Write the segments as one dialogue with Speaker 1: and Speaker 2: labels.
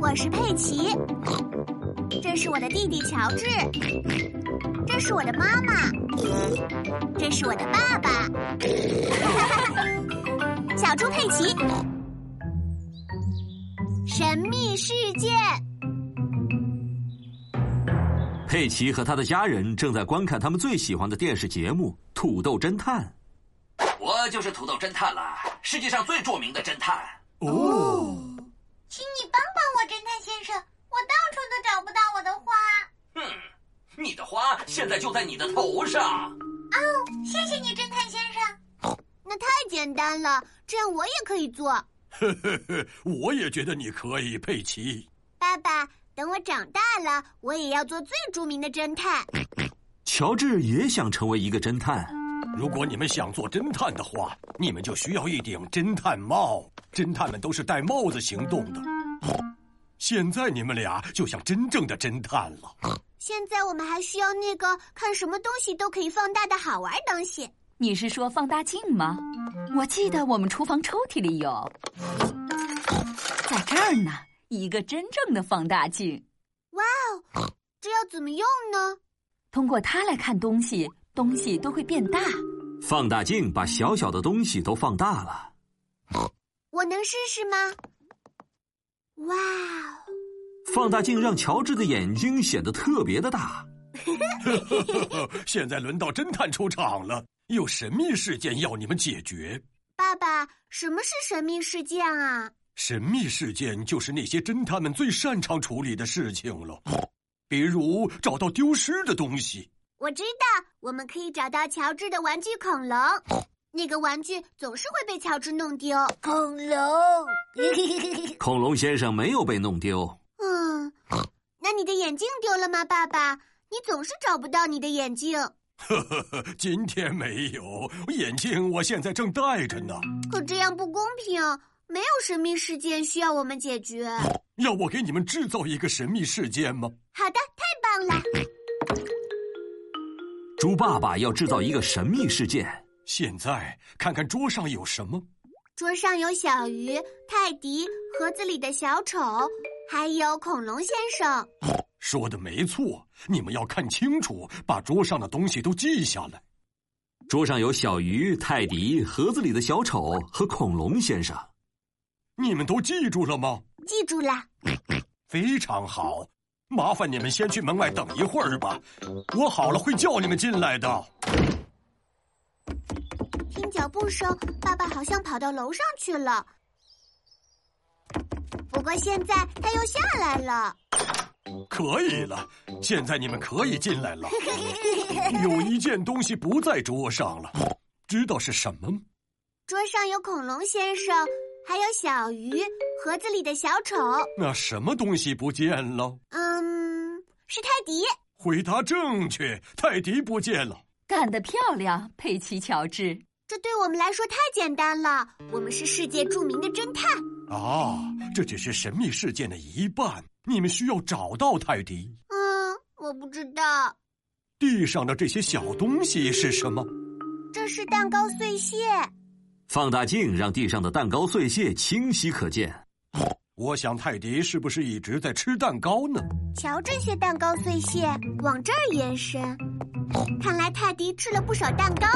Speaker 1: 我是佩奇，这是我的弟弟乔治，这是我的妈妈，这是我的爸爸。 小猪佩奇，神秘世界。
Speaker 2: 佩奇和他的家人正在观看他们最喜欢的电视节目《土豆侦探》。
Speaker 3: 我就是土豆侦探了，世界上最著名的侦探。
Speaker 2: 哦，
Speaker 4: 请你帮帮我，侦探先生，我到处都找不到我的花。
Speaker 3: 哼、你的花现在就在你的头上。
Speaker 4: 谢谢你，侦探先生。
Speaker 1: 那太简单了，这样我也可以做。
Speaker 5: 我也觉得你可以，佩奇。
Speaker 1: 爸爸，等我长大了，我也要做最著名的侦探。
Speaker 2: 乔治也想成为一个侦探。
Speaker 5: 如果你们想做侦探的话，你们就需要一顶侦探帽。侦探们都是戴帽子行动的。现在你们俩就像真正的侦探了。
Speaker 1: 现在我们还需要那个看什么东西都可以放大的好玩东西。
Speaker 6: 你是说放大镜吗？我记得我们厨房抽屉里有，在这儿呢，一个真正的放大镜，
Speaker 1: 这要怎么用呢？
Speaker 6: 通过它来看东西，东西都会变大。
Speaker 2: 放大镜把小小的东西都放大了。
Speaker 1: 我能试试吗？哇哦！
Speaker 2: 放大镜让乔治的眼睛显得特别的大。
Speaker 5: 现在轮到侦探出场了，有神秘事件要你们解决。
Speaker 1: 爸爸，什么是神秘事件啊？
Speaker 5: 神秘事件就是那些侦探们最擅长处理的事情了，比如找到丢失的东西。
Speaker 1: 我知道，我们可以找到乔治的玩具恐龙，那个玩具总是会被乔治弄丢。
Speaker 4: 恐龙，
Speaker 2: 恐龙先生没有被弄丢。
Speaker 1: 嗯，那你的眼镜丢了吗，爸爸？你总是找不到你的眼镜，
Speaker 5: 今天没有眼镜，我现在正戴着呢。
Speaker 1: 可这样不公平。没有神秘事件需要我们解决。
Speaker 5: 要我给你们制造一个神秘事件吗？
Speaker 1: 好的，太棒了！
Speaker 2: 猪爸爸要制造一个神秘事件。
Speaker 5: 现在看看桌上有什么。
Speaker 1: 桌上有小鱼、泰迪、盒子里的小丑，还有恐龙先生。
Speaker 5: 说的没错，你们要看清楚，把桌上的东西都记下来。
Speaker 2: 桌上有小鱼、泰迪、盒子里的小丑和恐龙先生。
Speaker 5: 你们都记住了吗？
Speaker 1: 记住了，
Speaker 5: 非常好，麻烦你们先去门外等一会儿吧，我好了会叫你们进来的。
Speaker 1: 听脚步声，爸爸好像跑到楼上去了。不过现在他又下来了。
Speaker 5: 可以了，现在你们可以进来了。有一件东西不在桌上了，知道是什么吗？
Speaker 1: 桌上有恐龙先生，还有小鱼，盒子里的小丑。
Speaker 5: 那什么东西不见了？
Speaker 1: 嗯，是泰迪。
Speaker 5: 回答正确，泰迪不见了。
Speaker 6: 干得漂亮，佩奇乔治。
Speaker 1: 这对我们来说太简单了。我们是世界著名的侦探。
Speaker 5: 啊，这只是神秘事件的一半，你们需要找到泰迪。
Speaker 1: 嗯，我不知道，
Speaker 5: 地上的这些小东西是什么？
Speaker 1: 这是蛋糕碎屑。
Speaker 2: 放大镜让地上的蛋糕碎屑清晰可见。
Speaker 5: 我想泰迪是不是一直在吃蛋糕呢？
Speaker 1: 瞧这些蛋糕碎屑往这儿延伸，看来泰迪吃了不少蛋糕。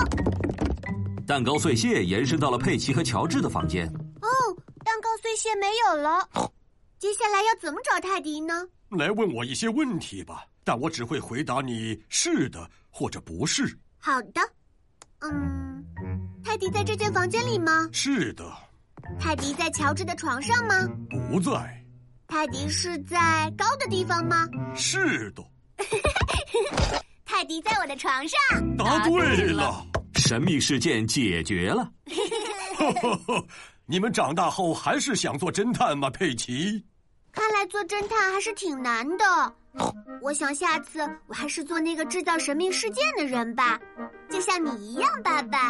Speaker 2: 蛋糕碎屑延伸到了佩奇和乔治的房间。
Speaker 1: 哦，蛋糕碎屑没有了。接下来要怎么找泰迪呢？
Speaker 5: 来问我一些问题吧，但我只会回答你是的或者不是。
Speaker 1: 好的，嗯，泰迪在这间房间里吗？
Speaker 5: 是的，
Speaker 1: 泰迪在乔治的床上吗？
Speaker 5: 不在，
Speaker 1: 泰迪是在高的地方吗？
Speaker 5: 是的，
Speaker 1: 泰迪在我的床上。
Speaker 5: 答对了。
Speaker 2: 神秘事件解决了。
Speaker 5: 你们长大后还是想做侦探吗，佩奇？
Speaker 1: 看来做侦探还是挺难的。我想下次我还是做那个制造神秘事件的人吧，就像你一样，爸爸。